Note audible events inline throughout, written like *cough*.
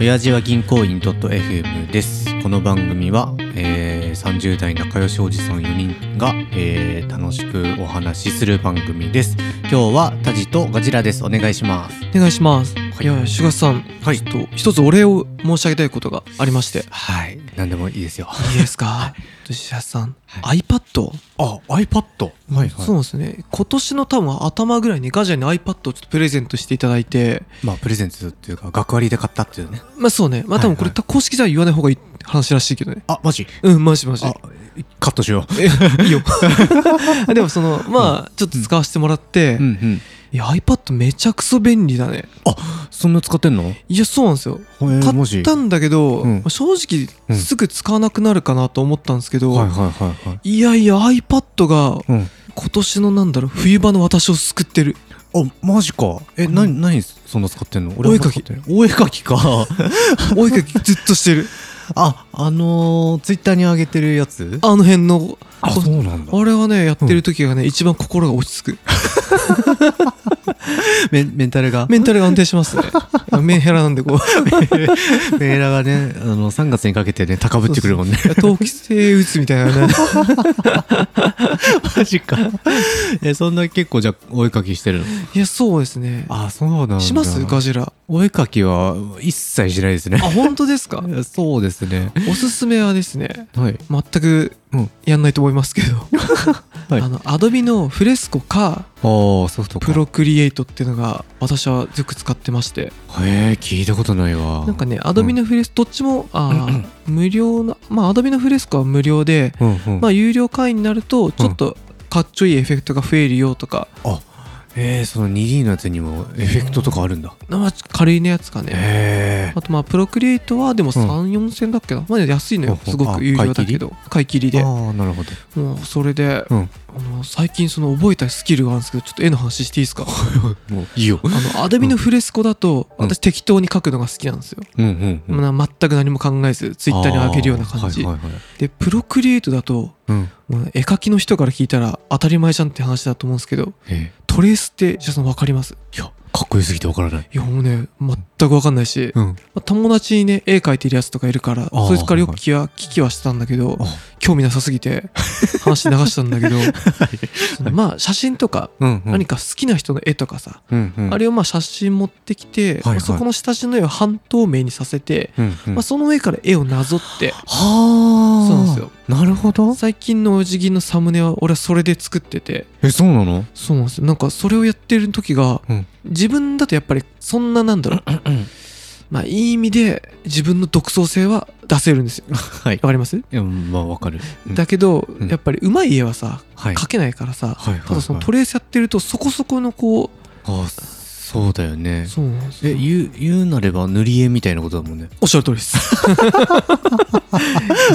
親父は銀行員 .fm ですこの番組は、えー、30代仲良しおじさん4人が、えー、楽しくお話しする番組です今日はタジとガジラですお願いしますお願いします。いやいや、シュガさん、はいちょっと一つお礼を申し上げたいことがありまして。はい何でもいいですよいいですか。シュガさん、は iPad、あ iPad はいそうなんですね。今年の多分頭ぐらいにガジャに iPad をちょっとプレゼントしていただいて、 *laughs* まあプレゼントっていうか学割で買ったっていうねまあそうね。まあ多分これ、はい公式じゃ言わない方がいい話らしいけどね。あマジうん、マジマジ。あカットしよえいいよ *laughs* でもそのまあちょっと使わせてもらって、ううんうんいや iPad めちゃくそ便利だねあそんな使ってんのいやそうなんですよえー買マジったんだけど、うん正うん直すぐ使わなくなるかなと思ったんですけど、はいはいはいはいいやいや iPad がうん今年のなんだろう冬場の私を救ってるあ、マジか。え、うんなに、なにそんな使ってんのお絵描き。俺お絵描きか。 *laughs* お絵かきずっとしてるあ、あのー、ツイッターに上げてるやつあの辺のあこそうなんだ。あれはねやってる時がね、一番心が落ち着くメンメンタルが。メンタルが安定し *laughs* ますねメンヘラなんでこうメーラがね、あの、3月にかけてね、高ぶってくる *laughs* もんね。冬季性うつみた *laughs* いなねマジか。 *laughs* え、そんな結構じゃあお絵描きしてるのいやそうですねあ、そうなんだ。しますガジラお絵描きは一切しないですあね。本当で *laughs* すかそうですね。おすすめはですねはい。全くうんやんないと思いますけど、 *laughs* はいあのアドビのフレスコかああ、ソフトかプ。ロクリエイトっていうのが私はよく使ってましてへえ、聞いたことないわ。なんかねアドビのフレス、どっちもあー無料のまあアドビのフレスコは無料で、うんうん。まあ有料会員になるとちょっとかっちょいいエフェクトが増えるよとか、えー、その 2D のやつにもエフェクトとかあるんだ。まあ、軽いねやつかね、へえ。あとまあプロクリエイトはでもうん34000、だっけなまあ安いほのうよほうすごあく有料だけど買い切りでああ、なるほど。もうそれで、うんあの最近その覚えたスキルがあるんですけどちょっと絵の話していいですかもういいよ。あのアドビのフレスコだとうん私適当に描くのが好きなんですよ、うんうん、うん。まあ全く何も考えずツイッターに上げるような感じ、あーはいはいはいでプロクリエイトだとうん。もう絵描きの人から聞いたら当たり前じゃんって話だと思うんですけどえトレースってじゃあその分かりますえいや、かっこよすぎてわからない。いやもうね全く分かんないし、うん。まあ友達にね絵描いてるやつとかいるからあーそいつからよく聞きは聞きはしてたんだけどあ興味なさすぎて話流したんだけ *laughs* ど、そのまあ写真とかうん、うん。何か好きな人の絵とかさ、うん、うん。あれをまあ写真持ってきて、はいはいそこの下地の絵を半透明にさせて、うん、うん。まあ、その上から絵をなぞってはあ。そうなんですよ。なるほど。最近のお辞儀のサムネは俺はそれで作っててえ、そうなのそうなんですよなんかそれをやってる時が、うん自分だとやっぱりそんななんだろうまあいい意味で自分の独創性は出せるんですよ *laughs* はい。いわかりますや、まあわかる。うんだけど、うんやっぱり上手い絵はさはい。描けないからさ、はいはいはいただそのトレースやってるとそこそこのこあそうだよねう。そうなんですえ、よ言う、言うなれば塗り絵みたいなことだもんね。 *laughs* おっしゃる通りです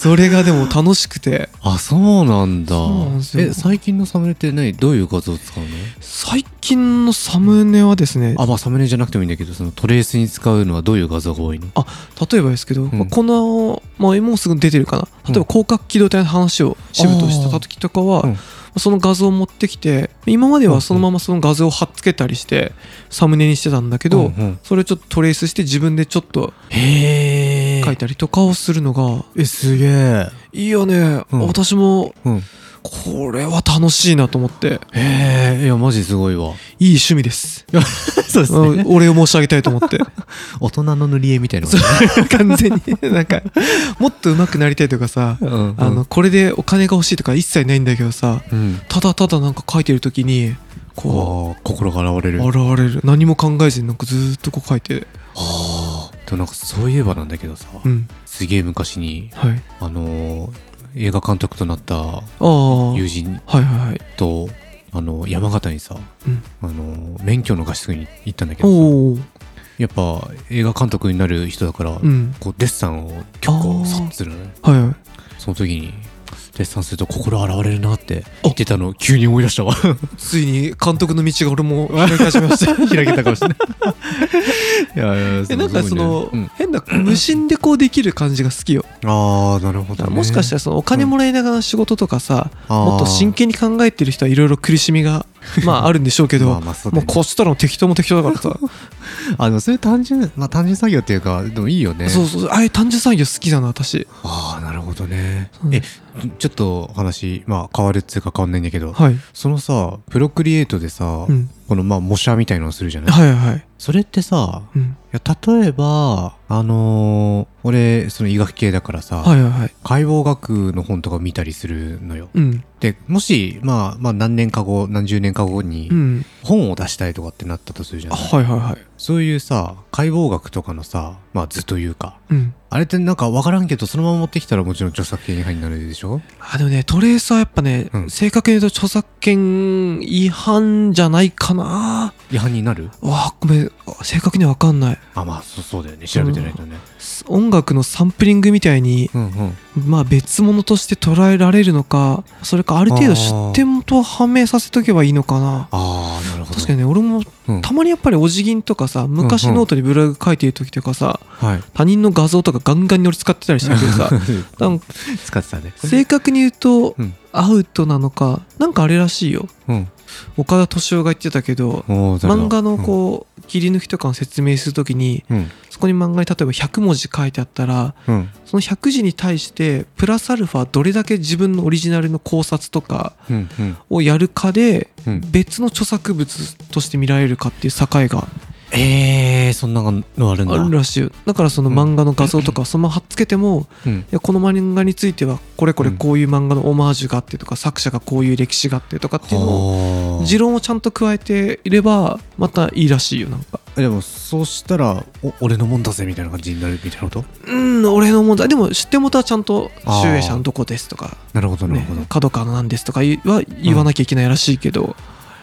それがでも楽しくてあ、そうなんだ。そうなんですよえ、最近のサムネって何どういう画像を使うの最近のサムネはですねあ、まあサムネじゃなくてもいいんだけど、そのトレースに使うのはどういう画像が多いの例えばですけど、んこの、まあ、もうすぐ出てるかな例えば広角機動隊の話を支部としてた時とかは、あーうんその画像を持ってきて今までうんうはんそのままその画像を貼っつけたりしてサムネにしてたんだけうんど、うんそれをちょっとトレースして自分でちょっとへえ。書いたりとかをするのがえ、すげえ。いいよね、うん私もうん。これは楽しいなと思ってへえ、いや、マジすごいわ。いい趣味です *laughs* そうでうん。お礼を申し上げたいと思って *laughs* 大人の塗り絵みたいな。完全になんかもっと上手くなりたいとかさうんあの、、これでお金が欲しいとか一切ないんだけどさ、うん。ただただなんか書いてる時に、こああ、心が現れう、る。現れる。何も考えずになんかずーっとこう書いて、あー。でもなんかそういえばなんだけどさ、うん、すげえ昔に、はい。あのー、映画監督となったああ、はい友人はいはい。と、あの、山形にさ、うんあのー、免許の合宿に行ったんだけどさ、おお、やっぱ映画監督になる人だから、うん、こうデッサンを結構さっつるのね。はいはい。その時に、デッサンすると心現れるなって言ってたのを急に思い出したわ。 *laughs* ついに監督の道が俺も開き始めました。開けたかもしれない。 *laughs* いやいやえ、なんかその、うん変な、無心でこうできる感じが好きよ。ああ、なるほど、だかね。らもしかしたらそのお金もらいながら仕事とかさ、ら *laughs* もっと真剣に考えてる人はいろいろ苦しみがまああるんでしょうけど、まあまあそうだもようねこっちとらの適当も適当だからさ、あのそういう単純まあ単純作業っていうかでもいいよねそうそうああいう単純作業好きだな私ああなるほどねうんえちょっと話まあ変わるっつうか変わんないんだけどはい、そのさプロクリエイトでさ、うん、このまあ模写みたいのをするじゃないはいはい、それってさうん、いや例えばあのー俺その医学系だからさ、はいはいはい解剖学の本とか見たりするのようんでもし、まあ、まあ何年か後何十年か後にうん本を出したいとかってなったとするじゃあない、はいはいはいそういうさ解剖学とかのさ、まあ、図というかうんあれってなんか分からんけどそのまま持ってきたらもちろん著作権違反になるでしょあでもねトレースはやっぱね、うん正確に言うと著作権違反じゃないかな違反になるわあごめんあ正確には分かんないあまあそそうだよね調べてないとね音楽のサンプリングみたいにうんうんまあ別物として捉えられるのかそれかある程度出典元を判明させとけばいいのかなああなるほど確かにね俺もうんたまにやっぱりお辞儀とかさ昔ノートにブログ書いてる時とかさはい他人の画像とかガンガンに俺使ってたりしたけどさなんか *laughs* 使ってたね正確に言うとうんアウトなのかなんかあれらしいようん岡田斗司夫が言ってたけどおー誰だ漫画のこう切り抜きとかの説明するときにうんうんそこに漫画に例えば100文字書いてあったらうんその100字に対してプラスアルファどれだけ自分のオリジナルの考察とかうんうんをやるかでうん別の著作物として見られるかっていう境がええー、そんなのあるんだあるらしいよだからその漫画の画像とかそのまま貼っつけてもうんいやこの漫画についてはこれこれこういう漫画のオマージュがあってとか作者がこういう歴史があってとかっていうのをはあ持論をちゃんと加えていればまたいいらしいよなんかでもそうしたらお俺のもんだぜみたいな感じになるみたいなことうん俺の問題でも知ってもとはちゃんと集英社のどこですとかなるほどなるねほど、角川のなんですとか言は言わなきゃいけないらしいけど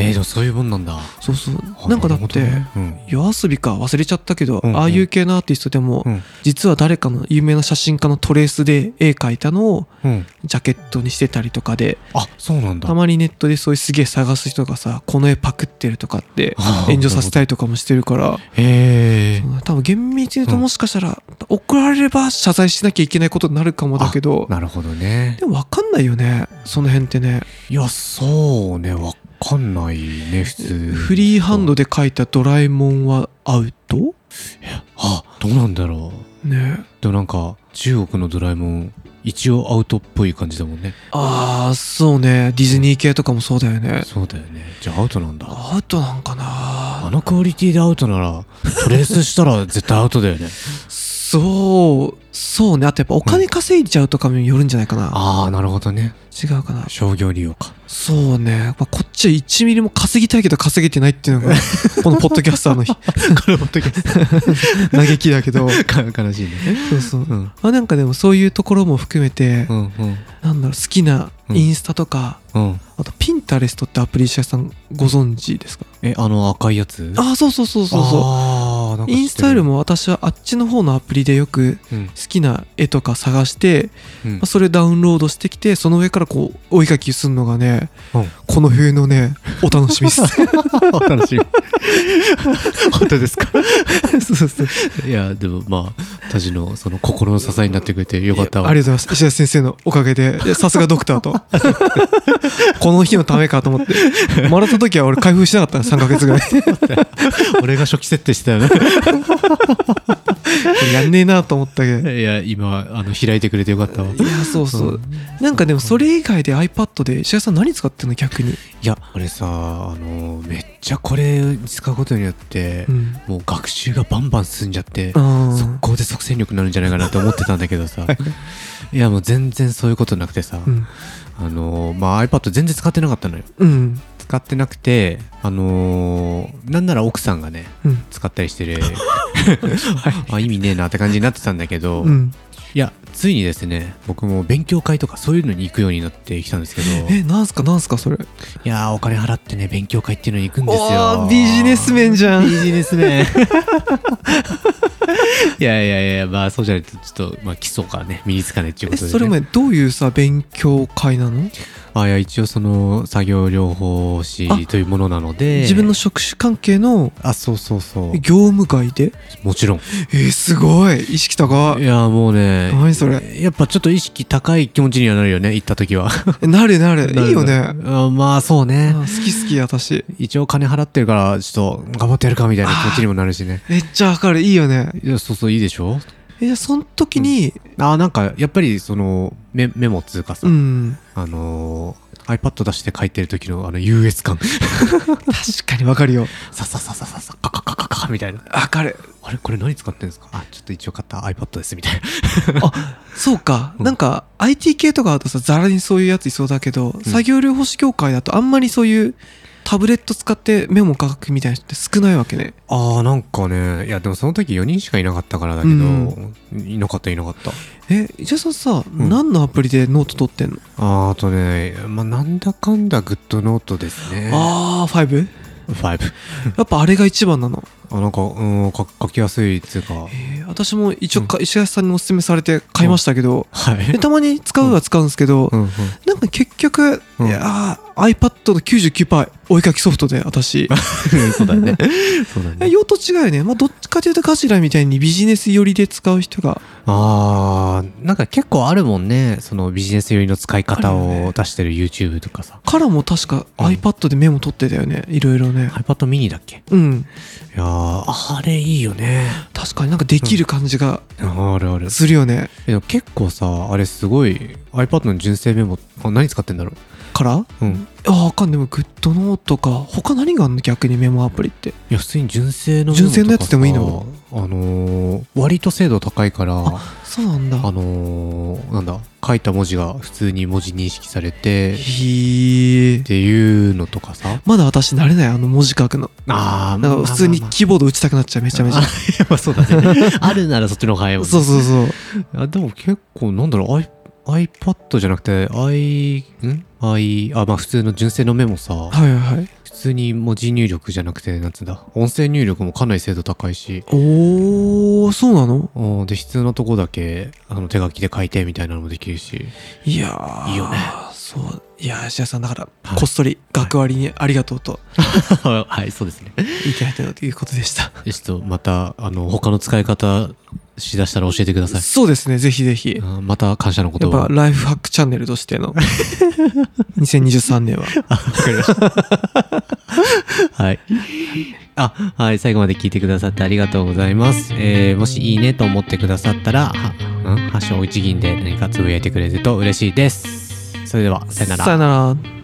えー、でもそういうもんなんだそうそうなんかだっなてるほどね夜遊びか忘れちゃったけど、うんうんああいう系のアーティストでも、うんうん実は誰かの有名な写真家のトレースで絵描いたのをうんジャケットにしてたりとかであそうなんだたまにネットでそういうすげえ探す人がさこの絵パクってるとかって *laughs* あー炎上させたりとかもしてるからへえうん多分厳密に言うとうんもしかしたら怒られれば謝罪しなきゃいけないことになるかもだけどなるほどねでも分かんないよねその辺ってねいやそうねわかんないね普通フリーハンドで描いた「ドラえもん」はアウトあどうなんだろうねでもなんか中国のドラえもん一応アウトっぽい感じだもんねああそうねディズニー系とかもそうだよねそうだよねじゃあアウトなんだアウトなんかあなのクオリティでアウトならトレースした *laughs* ら絶対アウトだよねそうそうねあとやっぱお金稼いじゃうとかによるんじゃないかな、ああなるほどね違うかな商業利用 *laughs* かそうね、まあ、こっちは1ミリも稼ぎたいけど稼げてないっていう *laughs* のがこのポッドキャスターのひこれもとき *laughs* 嘆きだけど悲しいねそうそううんまあなんかでもそういうところも含めて、うんうんなんだろう好きなインスタとか、うんあとピンタレストってアプリ石橋さんご存知ですかえあの赤いやつああそうそうそうそうそうそうインスタよりも私はあっちの方のアプリでよくうん好きな絵とか探して、うんまあそれダウンロードしてきてその上からこう追いかきするのがね、うんこの冬のねお楽しみっ *laughs* す楽しみ本当ですかそうそういやでもまあたちのその心の支えになってくれてよかったいやありがとうございます石田先生のおかげででさすがドクターと *laughs* この日のためかと思ってもらった時は俺開封しなかった3ヶ月ぐらい *laughs* 俺が初期設定してたよね *laughs* やんねえなと思ったけどいや今あの開いてくれてよかったわいやそうそう、うんなんかでもそれ以外で iPad で石田さん何使ってんの逆に、いや俺さあのめっちゃこれ使うことによって、うん、もう学習がバンバン進んじゃって、あー速攻で即戦力になるんじゃないかなと思ってたんだけど *laughs* さ、い、やもう全然そういうことなくてさ、うんあのーまあ iPad 全然使ってなかったのようん使ってなくてあのーなんなら奥さんがねうん使ったりして *laughs* る、あ意味ねえなって感じになってたんだけど、うんいやついにですね僕も勉強会とかそういうのに行くようになってきたんですけどえなんすかなんすかそれいやーお金払ってね勉強会っていうのに行くんですおよービジネス面じゃんビジネス面いやいやいやまあそうじゃないとちょっと、まあ、基礎がね身につかないっていうこえとで、ね、それもねどういうさ勉強会なのああいや一応その作業療法士というものなので自分の職種関係のあそうそうそう業務外でもちろんえー、すごい意識高いやもうね何それやっぱちょっと意識高い気持ちにはなるよね行った時はなるなる *laughs* いいよねあまあそうあね好き好き私一応金払ってるからちょっと頑張ってやるかみたいな気持ちにもなるしねめっちゃわかるいいよねいやそうそういいでしょえじゃあその時にあなんかやっぱりそのメメモっつうかさ、うんあのー iPad 出して書いてる時のあの優越感確かにわかるよささささささカカカカカみたいなわかるあれこれ何使ってんですかあちょっと一応買った iPad ですみたいなあそうか、うんなんか IT 系とかだとさざらにそういうやついそうだけど、作業療法士協会だとあんまりそういうタブレット使ってメモ書くみたいな人って少ないわけねあーなんかねいやでもその時4人しかいなかったからだけど、うんいなかったいなかったえじゃあさ、ん何のアプリでノート取ってんの、あーあとね、まあ、なんだかんだグッドノートですねああ 5? 5やっぱあれが一番なの、あなんかうんか書きやすいっつうかえー私も一応か、石橋さんにお勧めされて買いましたけど、はいでたまに使うは使うんですけど、うんうんなんか結局、うんいやー iPad の99%お絵かきソフトで私そうだね。そうだね。用途違うよね、まあ、どっちかというとガジラみたいにビジネス寄りで使う人がああ、なんか結構あるもんね。そのビジネス寄りの使い方あるよをね出してる YouTube とかさ。からも確かうん iPad でメモ取ってたよねいろいろね iPad mini だっけうんいやー、あれいいよね。確かになんかできる感じがあるある。するよね、でも結構さ、あれすごい iPad の純正メモ、あ何使ってんだろからう。うん。ああわかんないでもグッドノートか他何があんの逆にメモアプリっていや、普通に純正のメモとかさ純正のやつでもいいのあのー、割と精度高いから、あそうなんだのー、なんだ、書いた文字が普通に文字認識されて、っへえていうのとかさ。まだ私慣れないあの文字書くのあーだから普通にまあまあまあキーボード打ちたくなっちゃうめちゃめちゃあ *laughs* やっぱそうだね。 *laughs* あるならそっちの方が早いもんね。そうそうそうあでも結構、なんだろう、I、iPad じゃなくて、I、ん ?I、あ、まあ普通の純正のメモさ、はいはいはい普通に文字入力じゃなくて、なんつうんだ、音声入力もかなり精度高いし、おーそうなのうんで、必要なとこだけ、あの、手書きで書いてみたいなのもできるし。いやーいいよねそういやー石田さんだからはいこっそり学割にありがとうと *laughs* はい、そうですね。言いたいということでしたちょっと、また、あの、他の使い方しだしたら教えてください。そうですね、ぜひぜひ。あまた感謝のこやとっを。ぱライフハックチャンネルとし *laughs* ての2023年は。あ、わかりました。はい。あ、はい、最後まで聞いてくださってありがとうございます。えー、もしいいねと思ってくださったら、は、んハッシュを一銀で何かつぶやいてくれると嬉しいです。それでは、さよならさよ。なら。